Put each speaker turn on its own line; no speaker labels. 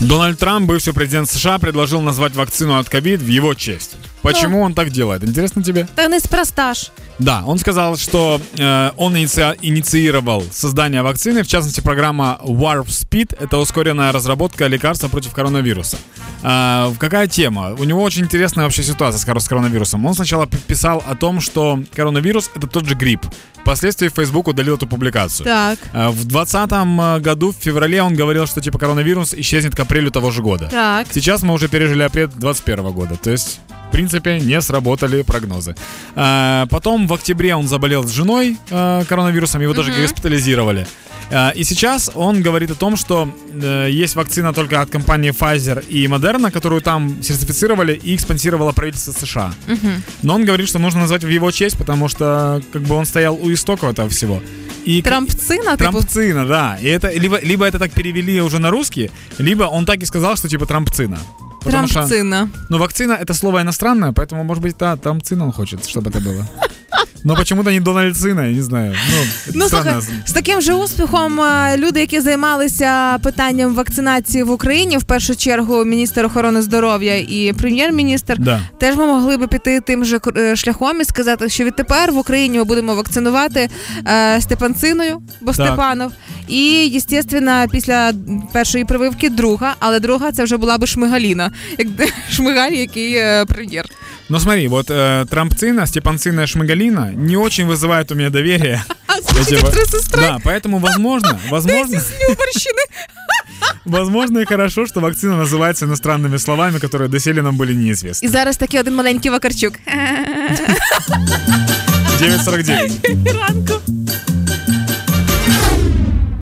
Дональд Трамп, бывший президент США, предложил назвать вакцину от ковид в его честь. Почему он так делает? Интересно тебе?
Та неспроста ж.
Да, он сказал, что э, он инициа- инициировал создание вакцины, в частности, программа Warp Speed. Это ускоренная разработка лекарства против коронавируса. А, в какая тема? У него очень интересная вообще ситуация с, кор- с коронавирусом. Он сначала пи- писал о том, что коронавирус — это тот же грипп. Впоследствии Facebook удалил эту публикацию.
Так,
А, В 2020 году, в феврале, он говорил, что типа коронавирус исчезнет к апрелю того же года.
так.
Сейчас мы уже пережили апрель 2021 года, то есть, в принципе, не сработали прогнозы. А, Потом в октябре он заболел с женой э, коронавирусом, его даже госпитализировали. А, И сейчас он говорит о том, что э, есть вакцина только от компании Pfizer и Moderna, которую там сертифицировали и их спонсировало правительство США.
Мгм.
Но он говорит, что нужно назвать в его честь, потому что как бы он стоял у истоков этого всего. И к-
Трампцина, типу.
Трампцина, да. И это либо, либо это так перевели уже на русский, либо он так и сказал, что типа трампцина. Потому что-
Трампцина.
ну, вакцина это слово иностранное, поэтому, может быть, да, трампцина он хочет, чтобы это было. Но почему-то не Дональдцина, я не знаю. Ну,
Ну,
странно.
слухай, з таким же успіхом е, люди, які займалися питанням вакцинації в Україні, в першу чергу міністр охорони здоров'я і прем'єр-міністр,
Да.
теж ми могли би піти тим же кр- е, шляхом і сказати, що відтепер в Україні ми будемо вакцинувати е, степанциною, бо
Так.
Степанов. І, звісно, після першої прививки друга, але друга це вже була би Шмигаліна, як Шмигаль, який е, прем'єр.
Ну, смотри, вот э, трампцина, степанцина и шмагалина не очень вызывают у меня доверие.
А слухайте,
Спасибо.
як три сестри
Да, поэтому, возможно, возможно,
з Любарщини.
возможно и хорошо, что вакцина называется иностранными словами, которые доселе нам были неизвестны.
І зараз такий один маленький вакарчук.
949.
ранку.